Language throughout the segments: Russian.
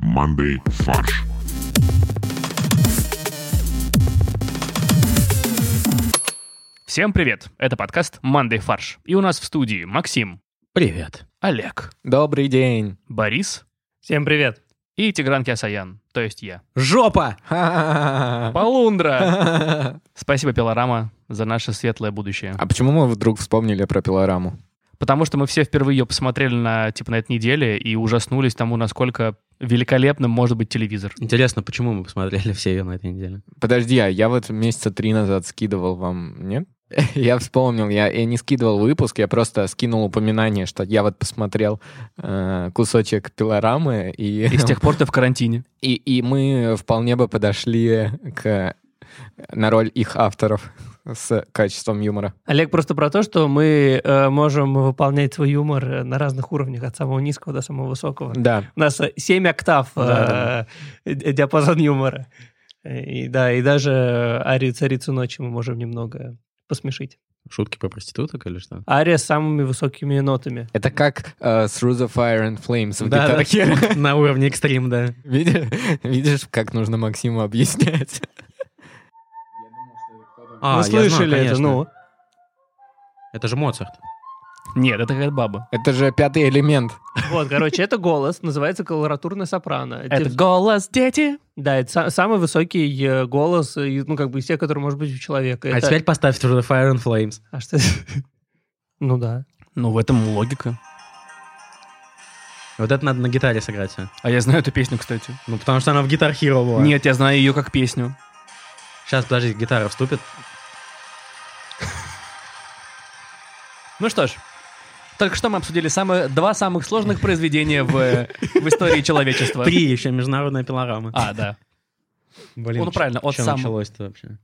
командой «Фарш». Всем привет! Это подкаст «Мандай фарш». И у нас в студии Максим, Привет. Олег, Добрый день. Борис Всем привет. и Тигран Киасаян, то есть я. Жопа! Полундра! А Спасибо, Пилорама, за наше светлое будущее. почему мы вдруг вспомнили про пилораму? Потому что мы все впервые ее посмотрели на, типа, на этой неделе и ужаснулись тому, насколько великолепным может быть телевизор. Интересно, почему мы посмотрели все ее на этой неделе? Подожди, а я вот месяца три назад скидывал вам, нет? Я вспомнил, я, я не скидывал выпуск, я просто скинул упоминание, что я вот посмотрел э, кусочек пилорамы, и, И с тех пор ты в карантине. и, и мы вполне бы подошли к, на роль их авторов с качеством юмора. Олег просто про то, что мы э, можем выполнять свой юмор э, на разных уровнях, от самого низкого до самого высокого. Да. У нас 7 октав э, ди- диапазон юмора. Э, И, да, и даже Арию «Царицу ночи» мы можем немного посмешить. Шутки про проституток или что? Ария с самыми высокими нотами. Это как э, Through the Fire and Flames в Да, да. Guitar Hero. На уровне экстрим, да. Видишь, видишь, как нужно Максиму объяснять. А, мы я знаю, слышали это, конечно. ну. Это же Моцарт. Нет, это какая-то баба. Это же пятый элемент. Вот, короче, это голос, называется колоратурная сопрано. Типа, Это голос, дети! Да, это са- самый высокий э, голос, э, из- ну, как бы из тех, который может быть у человека. А Это- теперь поставь Through the Fire and Flames. А что это? Ну да. Ну, в этом логика. Вот это надо на гитаре сыграть. всё. А я знаю эту песню, кстати. Ну, потому что она в Guitar Hero была. Нет, я знаю ее как песню. Сейчас, подожди, гитара вступит. Ну что ж, только что мы обсудили самые, два самых сложных произведения в, э, в истории человечества. Три еще международная пилорама. А, да. Блин, ну, правильно, от чё самого. началось-то вообще?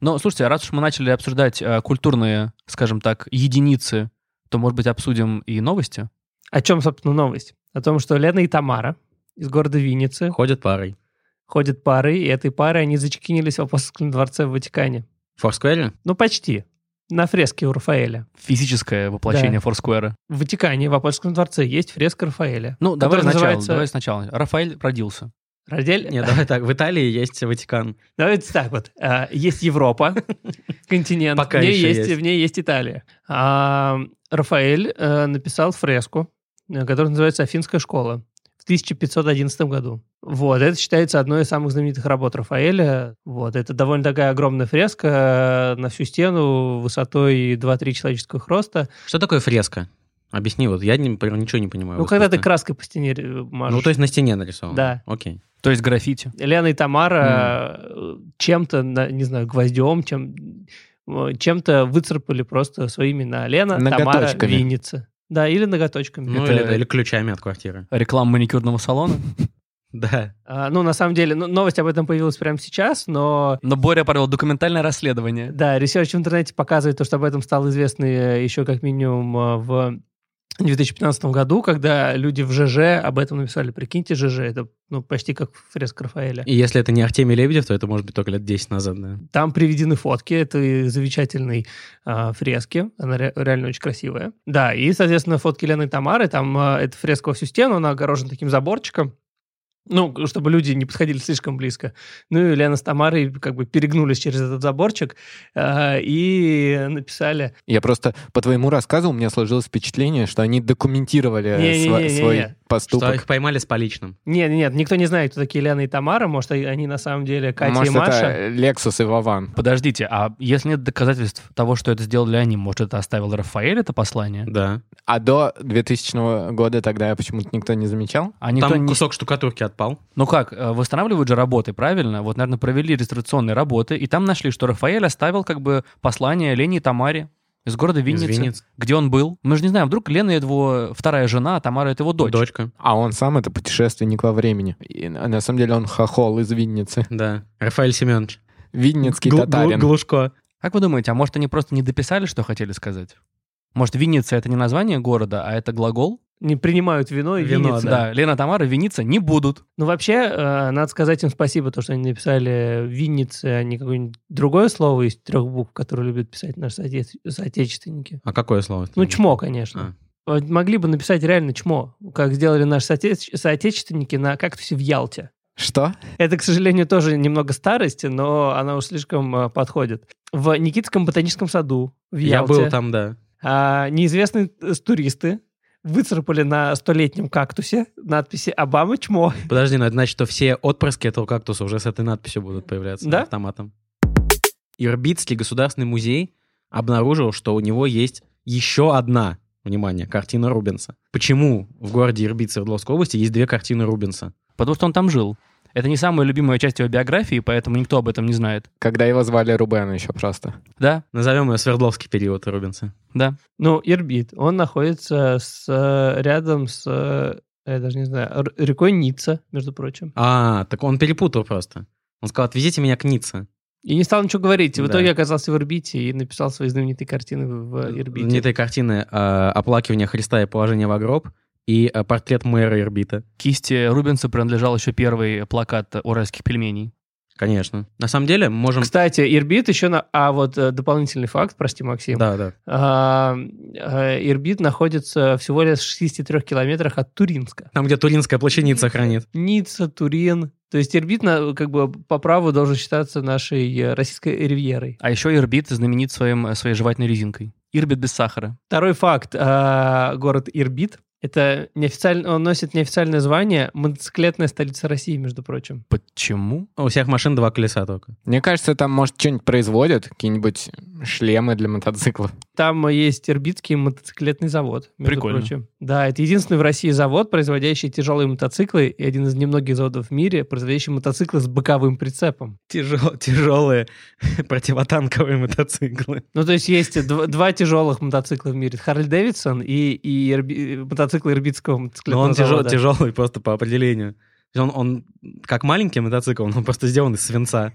Ну, слушайте, раз уж мы начали обсуждать э, культурные, скажем так, единицы, то, может быть, обсудим и новости? О чем, собственно, новость? О том, что Лена и Тамара из города Винницы Ходят парой. ходят пары, и этой парой они зачекинились в апостольском дворце в Ватикане. В Форсквере? Ну, почти. На фреске у Рафаэля. Физическое воплощение Форскуэра. В Ватикане, в апостольском дворце, есть фреска Рафаэля. Ну, давай которая сначала, называется... давай сначала. Рафаэль родился. Радель- Нет, давай так. В Италии есть Ватикан. Давайте так вот. А, Есть Европа, континент. Пока в ней еще есть, есть. В ней есть Италия. А, Рафаэль э, написал фреску, э, которая называется «Афинская школа» в 1511 году. Вот, это считается одной из самых знаменитых работ Рафаэля. Вот, это довольно такая огромная фреска э, на всю стену высотой 2-3 человеческих роста. Что такое фреска? Объясни, вот я, не- например, ничего не понимаю. ну, в когда ты искусстве. краской по стене э, машешь. А, Ну, то есть на стене нарисовано? Да. Окей. То есть граффити. Лена и Тамара э, чем-то, на- не знаю, гвоздем, чем, э, чем-то выцарапали просто свои имена. Лена, Тамара, Ноготочками. Винница. Да, или ноготочками. Ну, Это- или, или ключами от квартиры. Реклама маникюрного салона. Да. А, ну, на самом деле, ну, новость об этом появилась прямо сейчас, но... Но Боря провел документальное расследование. Да, ресерч в интернете показывает то, что об этом стало известно э, еще как минимум э, в 2015 году, когда люди в ЖЖ об этом написали. Прикиньте, ЖЖ, это ну, почти как фреска Рафаэля. И если это не Артемий Лебедев, то это может быть только лет 10 назад, да. Там приведены фотки этой замечательной а, фрески. Она ре- реально очень красивая. Да, и, соответственно, фотки Лены и Тамары. Там а, эта фреска во всю стену, она огорожена таким заборчиком. Ну, чтобы люди не подходили слишком близко. Ну и Лена с Тамарой как бы перегнулись через этот заборчик а, и написали... Я просто по твоему рассказу у меня сложилось впечатление, что они документировали Не-не-не-не-не. сва- свой Что Что поступок. их поймали с поличным. Нет, нет, никто не знает, кто такие Лена и Тамара. Может, и- они на самом деле Катя Может, и Маша. это Лексус и Вован. Подождите, а если нет доказательств того, что это сделали они, может, это оставил Рафаэль это послание? Да. А до 2000 года тогда почему-то никто не замечал? А никто Там не кусок штукатурки отпал. Ну как, э, восстанавливают же работы, правильно? Вот, наверное, провели реставрационные работы, и там нашли, что Рафаэль оставил как бы послание Лене и Тамаре из города Из Винницы, Винниц. где он был. Мы же не знаем, вдруг Лена — это его вторая жена, а Тамара — это его дочь. Дочка. А он сам это путешественник во времени. И на на самом деле он хохол из Винницы. Да. Рафаэль Семенович. Винницкий Глу- глу- татарин. Глушко. Как вы думаете, а может, они просто не дописали, что хотели сказать? Может, Винница — это не название города, а это глагол? Не принимают вино и Вино, винницы. Да. Да, Лена, Тамара, Винница не будут. Ну, вообще, э, надо сказать им спасибо, то, что они написали «Винницы», а не какое-нибудь другое слово из трех букв, которое любят писать наши соотече- соотечественники. А какое слово? Ну, чмо, конечно. А. э, могли бы написать реально чмо, как сделали наши соотече- соотечественники на кактусе в Ялте. Что? Это, к сожалению, тоже немного старости, но она уж слишком э, подходит. В Никитском ботаническом саду в Я Ялте был там, да. а, неизвестные э, туристы выцарапали на столетнем кактусе надписи «Обама чмо». Подожди, ну это значит, что все отпрыски этого кактуса уже с этой надписью будут появляться Да? автоматом. Ирбитский государственный музей обнаружил, что у него есть еще одна, внимание, картина Рубенса. Почему в городе Ирбит Свердловской области есть две картины Рубенса? Потому что он там жил. Это не самая любимая часть его биографии, поэтому никто об этом не знает. Когда его звали Рубен еще просто. Да, Назовем ее Свердловский период Рубенса. да. Ну, Ирбит, он находится с, э, рядом с, э, я даже не знаю, р- рекой Ницца, между прочим. А, так он перепутал просто. Он сказал, отвезите меня к Ницце. И не стал ничего говорить. И в Да. Э, итоге оказался в Ирбите и написал свои знаменитые картины в в Ирбите. Не этой картины а, «Оплакивание Христа и положение в гроб» и а, портрет мэра Ирбита. Кисти Рубенса принадлежал еще первый плакат уральских пельменей. Конечно. На самом деле, мы можем... Кстати, Ирбит еще на... А вот э, дополнительный факт, прости, Максим. Да, да. А, э, Ирбит находится всего лишь в 63 километрах от Туринска. Там, где Туринская плащаница хранит. Ницца, Турин. То есть Ирбит на- как бы по праву должен считаться нашей э, российской ривьерой. А еще Ирбит знаменит своим, э, своей жевательной резинкой. Ирбит без сахара. Второй факт. А, город Ирбит. Это неофициально, он носит неофициальное звание мотоциклетная столица России, между прочим. Почему? У всех машин два колеса только. Мне кажется, там, может, что-нибудь производят, какие-нибудь шлемы для мотоциклов. Там есть Ирбитский мотоциклетный завод, между Прикольно. прочим. Да, это единственный в России завод, производящий тяжелые мотоциклы, и один из немногих заводов в мире, производящий мотоциклы с боковым прицепом. тяжелые противотанковые мотоциклы. Ну, то есть есть дв- два тяжелых мотоцикла в мире. Харли Дэвидсон и, и Ирби- мотоцикл ирбитского Но мотоциклетного он тяжел- завода. тяжелый просто по определению. То есть Он, он как маленький мотоцикл, но он просто сделан из свинца.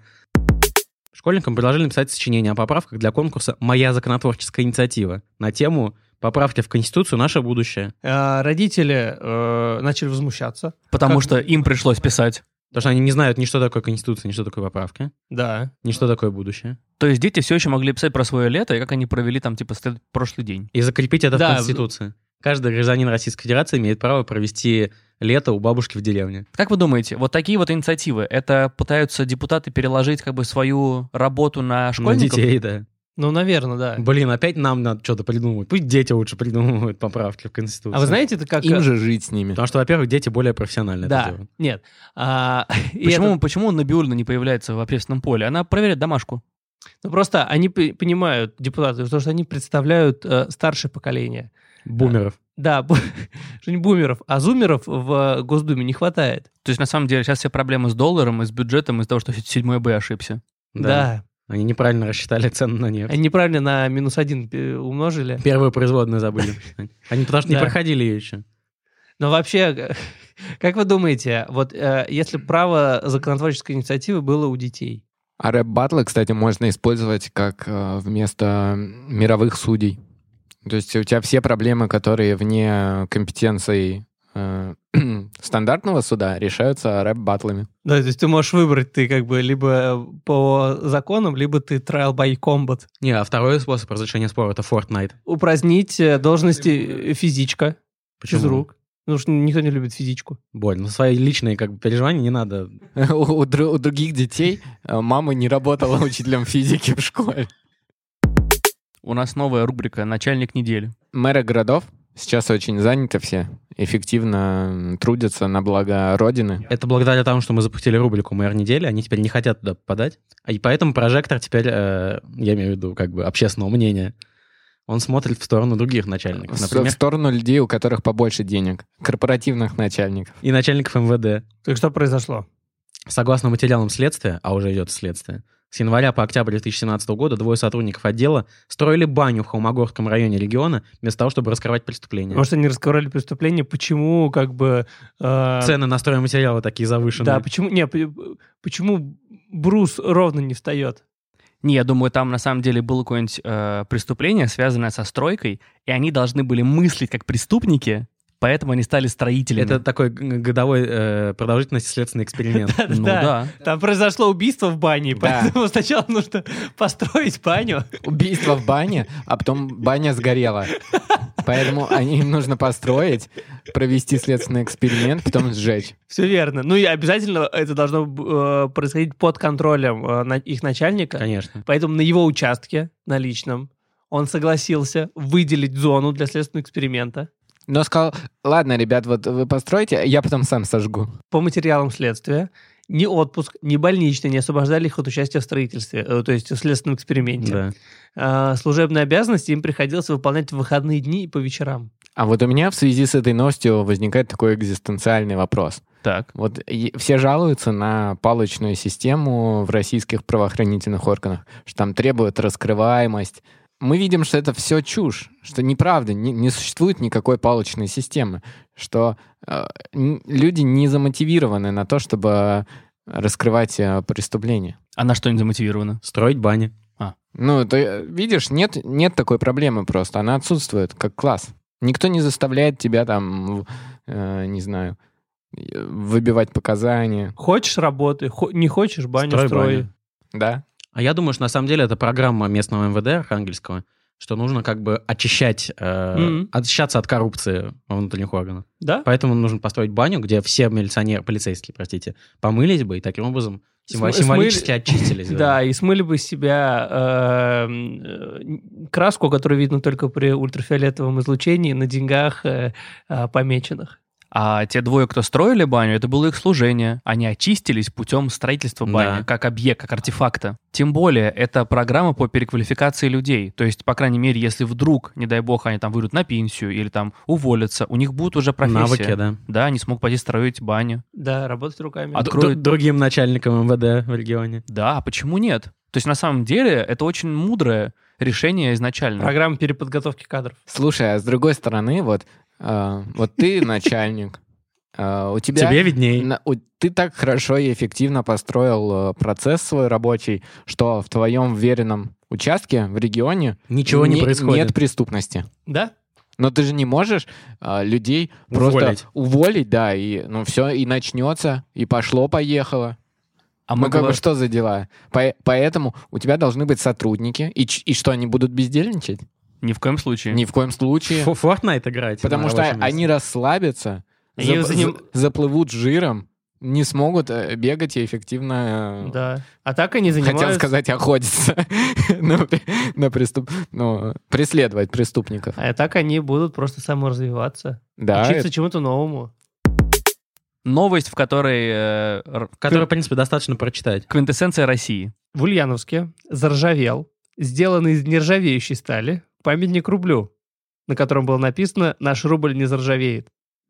Школьникам предложили написать сочинение о поправках для конкурса «Моя законотворческая инициатива» на тему «Поправки в Конституцию. Наше будущее». А, родители э, начали возмущаться. Потому Как- что им пришлось писать. Потому что они не знают ни что такое Конституция, ни что такое поправки, Да. ни что такое будущее. То есть дети все еще могли писать про свое лето и как они провели там, типа, след- прошлый день. И закрепить это Да, в Конституции. Каждый гражданин Российской Федерации имеет право провести лето у бабушки в деревне. Как вы думаете, вот такие вот инициативы, это пытаются депутаты переложить как бы свою работу на На школьников? детей, да. Ну, наверное, да. Блин, опять нам надо что-то придумывать. Пусть дети лучше придумывают поправки в Конституцию. А вы знаете, это как... Им же жить с ними. Потому что, во-первых, дети более профессионально это Да, делают. нет. А, и Почему, это- почему Набиулина не появляется в общественном поле? Она проверяет домашку. ну, просто они п- понимают, депутаты, потому что они представляют э, старшее поколение. Бумеров. Да, бу- что не бумеров, а зумеров в Госдуме не хватает. То есть, на самом деле, сейчас все проблемы с долларом и с бюджетом из-за того, что 7 Б ошибся. Да. Они неправильно рассчитали цену на нефть. Они неправильно на минус один э, умножили. Первую производную забыли. посчитать. Они потому что не Да. проходили ее еще. Но вообще, как вы думаете, вот э, если право законотворческой инициативы было у детей? А рэп-батлы, кстати, можно использовать как э, вместо мировых судей. То есть у тебя все проблемы, которые вне компетенции э, стандартного суда, решаются рэп-батлами. Да, то есть ты можешь выбрать, ты как бы либо э, по законам, либо ты trial by combat. Не, а второй способ разрешения спора — это Fortnite. Упразднить э, должности э, физичка, Почему? физрук. Потому что никто не любит физичку. Больно. Ну, Свои личные как бы, переживания не надо. У, у дру- у других детей э, мама не работала учителем физики в школе. У нас новая рубрика «Начальник недели». Мэры городов сейчас очень заняты все, эффективно м, трудятся на благо Родины. Это благодаря тому, что мы запустили рубрику «Мэр недели», они теперь не хотят туда попадать. А И поэтому прожектор теперь, э, я имею в виду как бы общественного мнения, он смотрит в сторону других начальников. В с- Например, в сторону людей, у которых побольше денег, корпоративных начальников. и начальников МВД. Так что произошло? Согласно материалам следствия, а уже идет следствие, с января по октябрь 2017 года двое сотрудников отдела строили баню в Холмогорском районе региона вместо того, чтобы раскрывать преступление. Может, они раскрывали преступление, почему как бы... э, Цены на стройматериалы такие завышенные. Да, почему... Не, п- почему Брус ровно не встает? Не, я думаю, там на самом деле было какое-нибудь э, преступление, связанное со стройкой, и они должны были мыслить как преступники Поэтому они стали строителями. Это такой г- годовой э, продолжительности следственный эксперимент. Ну да. Там произошло убийство в бане, Да. поэтому сначала нужно построить баню. Убийство в бане, а потом баня сгорела. Поэтому они, им нужно построить, провести следственный эксперимент, потом сжечь. Все верно. Ну и обязательно это должно э, происходить под контролем э, на- их начальника. Конечно. Поэтому на его участке, на личном, он согласился выделить зону для следственного эксперимента Но сказал, ладно, ребят, вот вы постройте, я потом сам сожгу. по материалам следствия. Ни отпуск, ни больничный не освобождали их от участия в строительстве, э, то есть в следственном эксперименте. Да. А, служебные обязанности им приходилось выполнять в выходные дни и по вечерам. А вот у меня в связи с этой новостью возникает такой экзистенциальный вопрос. Так. Вот и- все жалуются на палочную систему в российских правоохранительных органах, что там требуют раскрываемость. Мы видим, что это все чушь, что неправда, не, не существует никакой палочной системы, что э, н- люди не замотивированы на то, чтобы раскрывать э, преступления. А на что они замотивированы? Строить бани. Ну, ты э, видишь, нет, нет такой проблемы просто, она отсутствует как класс. Никто не заставляет тебя там, в- э, не знаю, э, выбивать показания, Хочешь работы, хо- не хочешь баню Строй строй. баню. да? А я думаю, что на самом деле это программа местного МВД архангельского, что нужно как бы очищать, э, Мгм. очищаться от коррупции во внутренних органах. Да? Поэтому нужно построить баню, где все милиционеры, полицейские, простите, помылись бы и таким образом символ- Смы- символически очистились. Да, и смыли бы с себя э, м, э, краску, которую видно только при ультрафиолетовом излучении на деньгах э, э, помеченных. А те двое, кто строили баню, это было их служение. Они очистились путем строительства бани, Да. как объект, как артефакта. Тем более, это программа по переквалификации людей. То есть, по крайней мере, если вдруг, не дай бог, они там выйдут на пенсию или там уволятся, у них будут уже профессия. Навыки, да. Да, они смогут пойти строить баню. Да, работать руками. А Д- Откроют- д- Другим начальникам МВД в регионе. Да, а почему нет? То есть, на самом деле, это очень мудрое решение изначально. Программа переподготовки кадров. Слушай, а с другой стороны, вот, э, вот ты начальник, э, у тебя... Тебе видней. на- у- ты так хорошо и эффективно построил э, процесс свой рабочий, что в твоем веренном участке в регионе Ничего не не- происходит. нет преступности. Да? Но ты же не можешь э, людей Уволить. просто уволить, да, и ну все, и начнется, и пошло-поехало. А Ну, как говор- бы что за дела? По- поэтому у тебя должны быть сотрудники. И, ч- и что, они будут бездельничать? Ни в коем случае. Ни в коем случае. Фо- Fortnite играть. потому Типа, на что рабочем они месте. расслабятся, Они зап- за ним- за- заплывут жиром, не смогут э, бегать и эффективно... э, Да. А так они занимаются... Хотел сказать охотиться на, пре- на преступ... ну, преследовать преступников. А так они будут просто саморазвиваться. Да, учиться А это- чему-то новому. Новость, в которой э, р- Которые, в принципе, достаточно прочитать. квинтэссенция России. В Ульяновске заржавел, сделанный из нержавеющей стали, памятник рублю, на котором было написано «Наш рубль не заржавеет».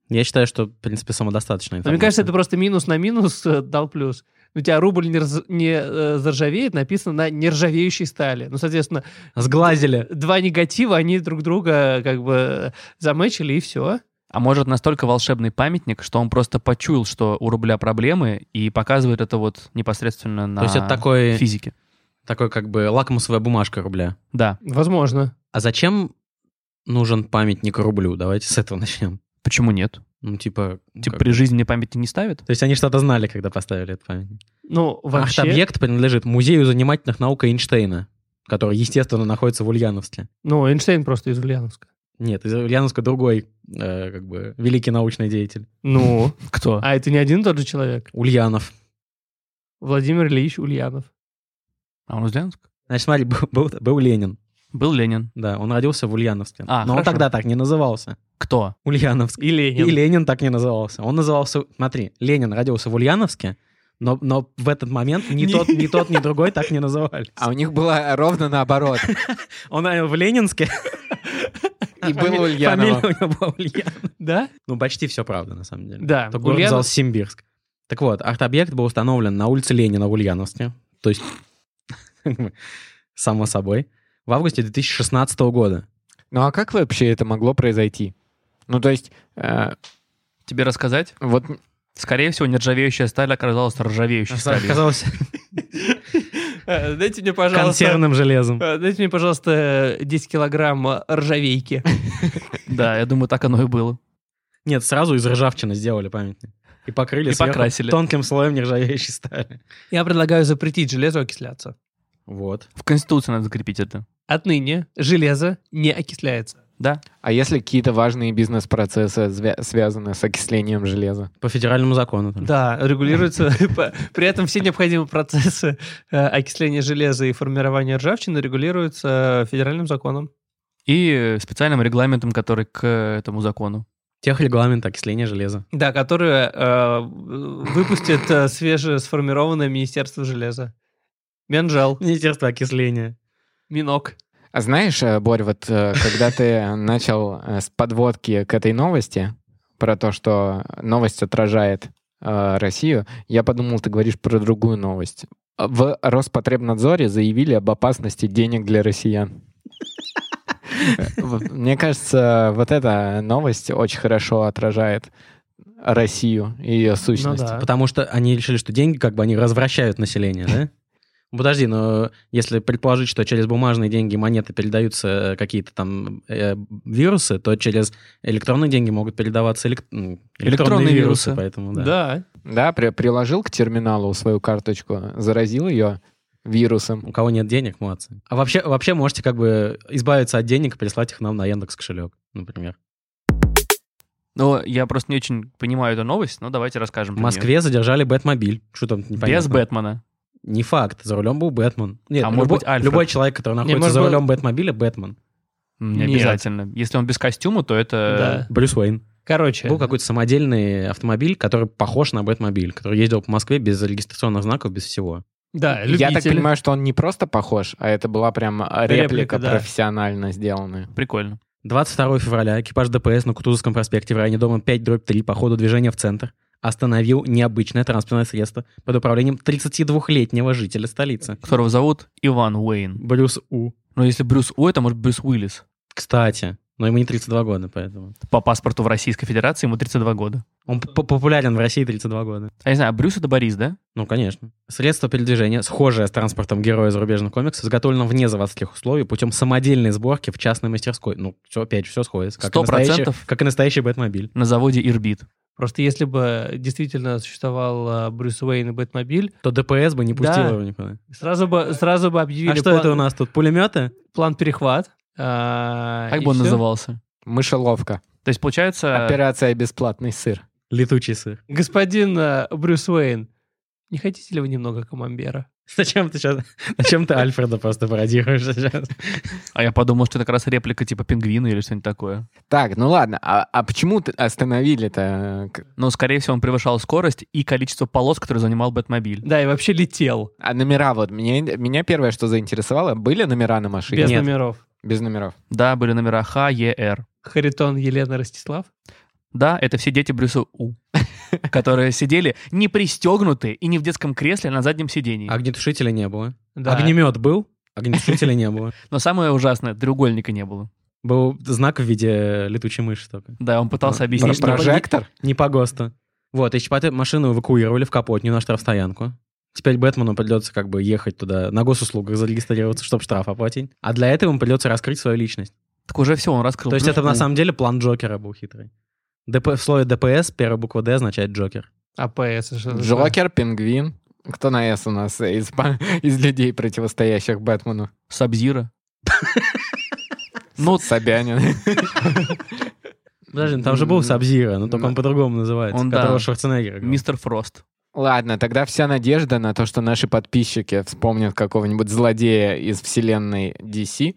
Я считаю, что, в принципе, самодостаточно. Но мне кажется, это просто минус на минус э, дал плюс. У тебя рубль не, рз- не, э, заржавеет написано на нержавеющей стали. Ну, соответственно, Сглазили. два негатива, они друг друга э, как бы замечили, и все. А может, настолько волшебный памятник, что он просто почуял, что у рубля проблемы, и показывает это вот непосредственно на То есть это такой, физике. такой как бы лакмусовая бумажка рубля. Да. Возможно. А зачем нужен памятник рублю? Давайте с этого начнем. Почему нет? Ну, типа... Типа как- при жизни мне памяти не ставят? То есть они что-то знали, когда поставили этот памятник. Ну, вообще... Арт-объект принадлежит Музею занимательных наук Эйнштейна, который, естественно, находится в Ульяновске. Ну, Эйнштейн просто из Ульяновска. Нет, из Ульяновска другой, э, как бы, великий научный деятель. Ну, Кто? а это не один и тот же человек. Ульянов. Владимир Ильич Ульянов. А он из Ленинска? Значит, смотри, был, был- был Ленин. Был Ленин. Да, он родился в Ульяновске. А, Но он хорошо. тогда так не назывался. Кто? Ульяновск. И Ленин. И Ленин так не назывался. Он назывался... Смотри, Ленин родился в Ульяновске, но, но в этот момент ни Не. тот, ни тот, ни другой так не назывались. А у них было ровно наоборот. Он э, в Ленинске, И было фамилия у Ульянова. него была Ульянов. Да? Ну, почти все правда, на самом деле. Да. Только город Ульянов- назывался Симбирск. Так вот, арт-объект был установлен на улице Ленина в Ульяновске. То есть, само собой, в августе 2016 года. Ну а как вообще это могло произойти? Ну то есть, э, Тебе рассказать? вот Скорее всего, нержавеющая сталь оказалась ржавеющей сталью. Оказалось Э, Дайте мне, пожалуйста... консервным железом. э, Дайте мне, пожалуйста, 10 килограмм э, ржавейки. Да, я думаю, так оно и было. Нет, сразу из ржавчины сделали памятник. И покрыли И сверху покрасили. тонким слоем нержавеющей стали. Я предлагаю запретить железу окисляться. Вот. В Конституции надо закрепить это. Отныне железо не окисляется. Да? А если какие-то важные бизнес-процессы свя- связаны с окислением железа? По федеральному закону. там. Да, регулируется. по- При этом все необходимые процессы э, окисления железа и формирования ржавчины регулируются э, федеральным законом. И э, специальным регламентом, который к э, этому закону. Техрегламент окисления железа. Да, которые э, выпустит э, свежесформированное Министерство железа. Менжал, Министерство окисления. Минок. А знаешь, э, Борь, вот э, когда ты начал э, с подводки к этой новости, про то, что новость отражает э, Россию, я подумал, ты говоришь про другую новость. В Роспотребнадзоре заявили об опасности денег для россиян. Э, Вот, Мне кажется, вот эта новость очень хорошо отражает Россию и ее сущность. да. Потому что они решили, что деньги как бы они развращают население, да? Подожди, но если предположить, что через бумажные деньги и монеты передаются э, какие-то там э, вирусы, то через электронные деньги могут передаваться элек- м, электронные Электронные вирусы, вирусы. поэтому да. Да. Да, при- приложил к терминалу свою карточку, заразил ее вирусом. У кого нет денег, молодцы. А вообще, вообще можете как бы избавиться от денег и прислать их нам на Яндекс кошелек, например. Но я просто не очень понимаю эту новость, но давайте расскажем. В про Москве задержали Бэтмобиль. Что там неё. непонятно? Без Бэтмена. Не факт. За рулем был Бэтмен. Нет, А может любой- быть, Альфред? любой человек, который находится может за быть- рулем Бэтмобиля, Бэтмен. Не Нет. обязательно. Если он без костюма, то это... Брюс Уэйн. Короче. Был какой-то самодельный автомобиль, который похож на Бэтмобиль, который ездил по Москве без регистрационных знаков, без всего. Я Да, так любитель. понимаю, что он не просто похож, а это была прям реплика, Реплика, да. профессионально сделанная. Прикольно. 22 февраля экипаж ДПС на Кутузовском проспекте в районе дома 5-3 по ходу движения в центр остановил необычное транспортное средство под управлением 32-летнего жителя столицы. Которого зовут Иван Уэйн. Брюс У. Но если Брюс У, это может Брюс Уиллис. Кстати, но ему не 32 года, поэтому. По паспорту в Российской Федерации ему 32 года. Он п- популярен в России 32 года. А я не знаю, а Брюс это Борис, да? Ну, конечно. Средство передвижения, схожее с транспортом героя зарубежных комиксов, изготовлено вне заводских условий путем самодельной сборки в частной мастерской. Ну, все, опять же, все сходится. Как и Сто настоящий- процентов. Как и настоящий Бэтмобиль. На заводе Ирбит. Просто если бы действительно существовал э, Брюс Уэйн и Бэтмобиль, то То ДПС бы не пустило Да. его никуда. сразу бы, сразу бы объявили а что план, это у нас тут? Пулеметы? план перехват. а, Как и бы он всё. назывался? Мышеловка. То есть, получается... Операция «Бесплатный сыр». Летучий сыр. Господин э, Брюс Уэйн, не хотите ли вы немного камамбера? Зачем ты сейчас? Зачем ты Альфреда просто пародируешь сейчас? А я подумал, что это как раз реплика типа пингвина или что-нибудь такое. Так, ну ладно, а, а почему ты остановили-то? э, К- Но, скорее всего, он превышал скорость и количество полос, которые занимал Бэтмобиль. Да, и вообще летел А номера вот, меня, меня первое, что заинтересовало, были номера на машине? без Нет. номеров. Без номеров. Да, были номера Х, Е, Р. Харитон Елена Ростислав. Да, это все дети Брюса У, которые сидели не пристегнутые и не в детском кресле, а на заднем сидении. Огнетушителя не было. Да. Огнемет был? Огнетушителя не было. Но самое ужасное, треугольника не было. Был знак в виде летучей мыши только. Да, он пытался Ну, объяснить, про- что... Прожектор? Не по ГОСТу. Вот, и потом машину эвакуировали в Капотню на штрафстоянку. Теперь Бэтмену придется как бы ехать туда на госуслугах зарегистрироваться, чтобы штраф оплатить. А для этого ему придется раскрыть свою личность. Так уже все, он раскрыл. То есть Брюс это на У. самом деле план Джокера был хитрый. ДП, в слове ДПС первая буква «Д» означает Джокер. АПС. это что такое? Джокер, пингвин. Кто на «С» у нас из, па- из людей, противостоящих Бэтмену? Сабзира. Ну, Собянин. Подожди, ну там же был Сабзира, но только Да. он по-другому называется, Он, да. которого Шварценеггер играл. мистер Фрост. Ладно, тогда вся надежда на то, что наши подписчики вспомнят какого-нибудь злодея из вселенной DC.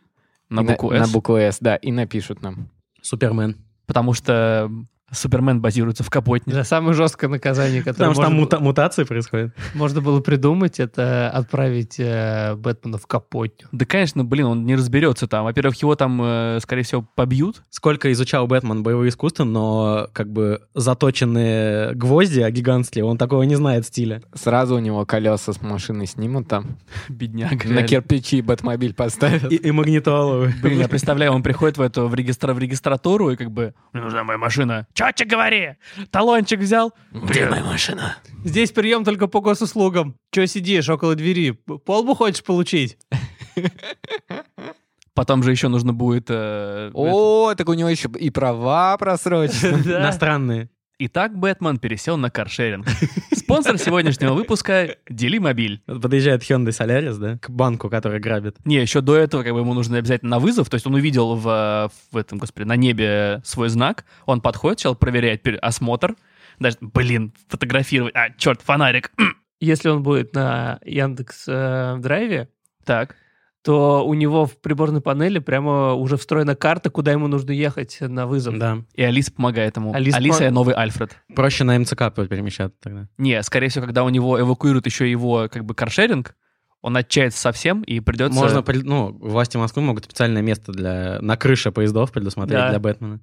На И букву на «С». букву «С», да, и напишут нам. Супермен. Потому что Супермен базируется в Капотне. Да, самое жесткое наказание, которое Потому что там можно, мута- мутации происходят. можно было придумать, это отправить э, Бэтмена в капотню. Да, конечно, блин, он не разберется там. Во-первых, его там, э, скорее всего, побьют. Сколько изучал Бэтмен боевое искусство, но как бы заточенные гвозди а гигантские, он такого не знает стиля. Сразу у него колеса с машины снимут там. Бедняга. На реально. кирпичи Бэтмобиль поставят. И, и магнитолу. Блин, я представляю, он приходит в эту в, регистра- в регистратуру и как бы «Мне нужна моя машина». «Четче говори! Талончик взял?» Где моя машина? Здесь прием только по госуслугам. Че сидишь около двери? Полбу хочешь получить? Потом же еще нужно будет... э, О, так у него еще и права просрочены. Да. Иностранные. Итак, Бэтмен пересел на каршеринг. Спонсор сегодняшнего выпуска — Делимобиль. Подъезжает Hyundai Solaris, да, к банку, который грабит. Не, еще до этого как бы ему нужно обязательно на вызов. То есть он увидел в, в этом, господи, на небе свой знак. Он подходит, сначала проверяет пер- осмотр. Даже, блин, фотографировать. А, черт, фонарик. Если он будет на Яндекс э, Драйве, Так. то у него в приборной панели прямо уже встроена карта, куда ему нужно ехать на вызов. Да. И Алиса помогает ему. Алиса Алиса пом- новый Альфред. Проще на МЦК перемещаться тогда. Не, скорее всего, когда у него эвакуируют еще его как бы каршеринг, он отчается совсем и придется... Можно, при- ну, власти Москвы могут специальное место для на крыше поездов предусмотреть Да. для Бэтмена.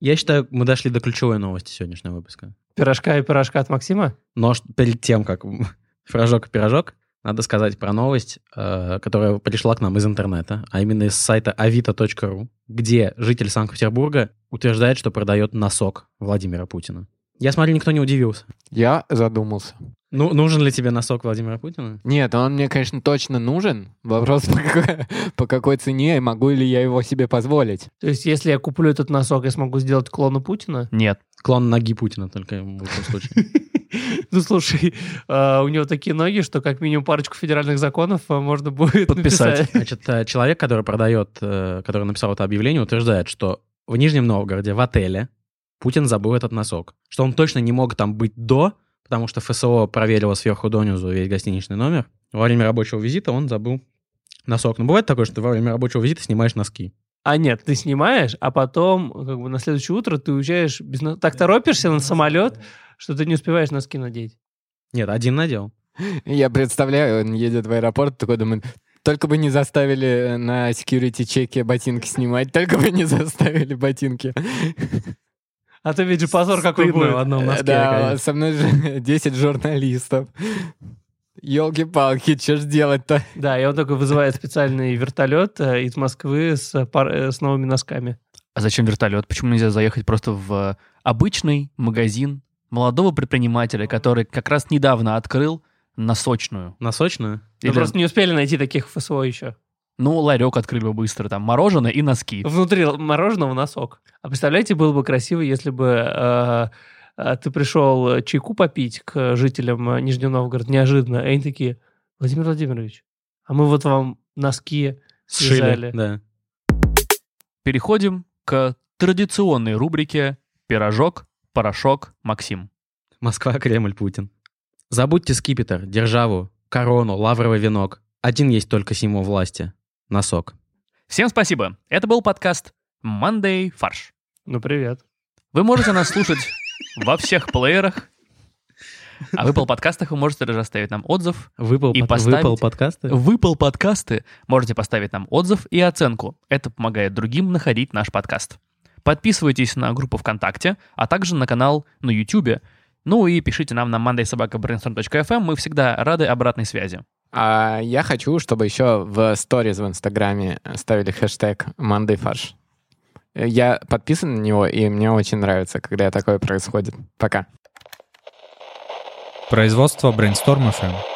Я считаю, мы дошли до ключевой новости сегодняшнего выпуска. Пирожка и пирожка от Максима. Но ш- перед тем, как пирожок и пирожок, надо сказать про новость, э, которая пришла к нам из интернета, а именно из сайта avito.ru, где житель Санкт-Петербурга утверждает, что продает носок Владимира Путина. Я смотрю, никто не удивился. Я задумался. Ну, нужен ли тебе носок Владимира Путина? Нет, он мне, конечно, точно нужен. Вопрос, по какой, по какой цене и могу ли я его себе позволить. То есть, если я куплю этот носок, я смогу сделать клона Путина? Нет. Клон ноги Путина только в этом случае. Ну, слушай, э, у него такие ноги, что как минимум парочку федеральных законов э, можно будет Подписать. написать. Значит, э, человек, который продает, э, который написал это объявление, утверждает, что в Нижнем Новгороде, в отеле, Путин забыл этот носок. Что он точно не мог там быть до, потому что ФСО проверило сверху донизу весь гостиничный номер. Во время рабочего визита он забыл носок. Ну, бывает такое, что ты во время рабочего визита снимаешь носки. А нет, ты снимаешь, а потом как бы на следующее утро ты уезжаешь без но- Так торопишься на самолет, что ты не успеваешь носки надеть. Нет, один надел. Я представляю, он едет в аэропорт, такой думает, только бы не заставили э, на security чеке ботинки снимать, только бы не заставили ботинки. А то ведь же позор какой Стыдно будет. Э, в одном носке, Э, Да, конечно. со мной же 10 журналистов. Елки-палки, что ж делать-то? Да, и он только вызывает специальный вертолет э, из Москвы с, э, пар- э, с новыми носками. А зачем вертолет? Почему нельзя заехать просто в обычный магазин молодого предпринимателя, который как раз недавно открыл носочную? Носочную? Или, Мы Ну, просто не успели найти таких ФСО еще. Ну, ларек открыли бы быстро, там мороженое и носки. Внутри л- мороженого носок. А представляете, было бы красиво, если бы э, э, ты пришел чайку попить к э, жителям э, Нижнего Новгорода неожиданно, и они такие, Владимир Владимирович, а мы вот вам носки Сшили. связали. Да. Переходим к традиционной рубрике «Пирожок, порошок, Максим». Москва, Кремль, Путин. Забудьте скипетр, державу, корону, лавровый венок. Один есть только символ власти. Носок. Всем спасибо. Это был подкаст «Мандей фарш». Ну, привет. Вы можете нас слушать во всех плеерах. А в Apple подкастах вы можете даже оставить нам отзыв. Выпал, И под- поставить- выпал подкасты? В Apple подкасты можете поставить нам отзыв и оценку. Это помогает другим находить наш подкаст. Подписывайтесь на группу ВКонтакте, а также на канал на YouTube. Ну и пишите нам на mondaysobakabrainstorm.fm. эм. Мы всегда рады обратной связи. А я хочу, чтобы еще в сторис в Инстаграме ставили хэштег «Мандыфарш». Я подписан на него, и мне очень нравится, когда такое происходит. Пока. Производство Brainstorm FM.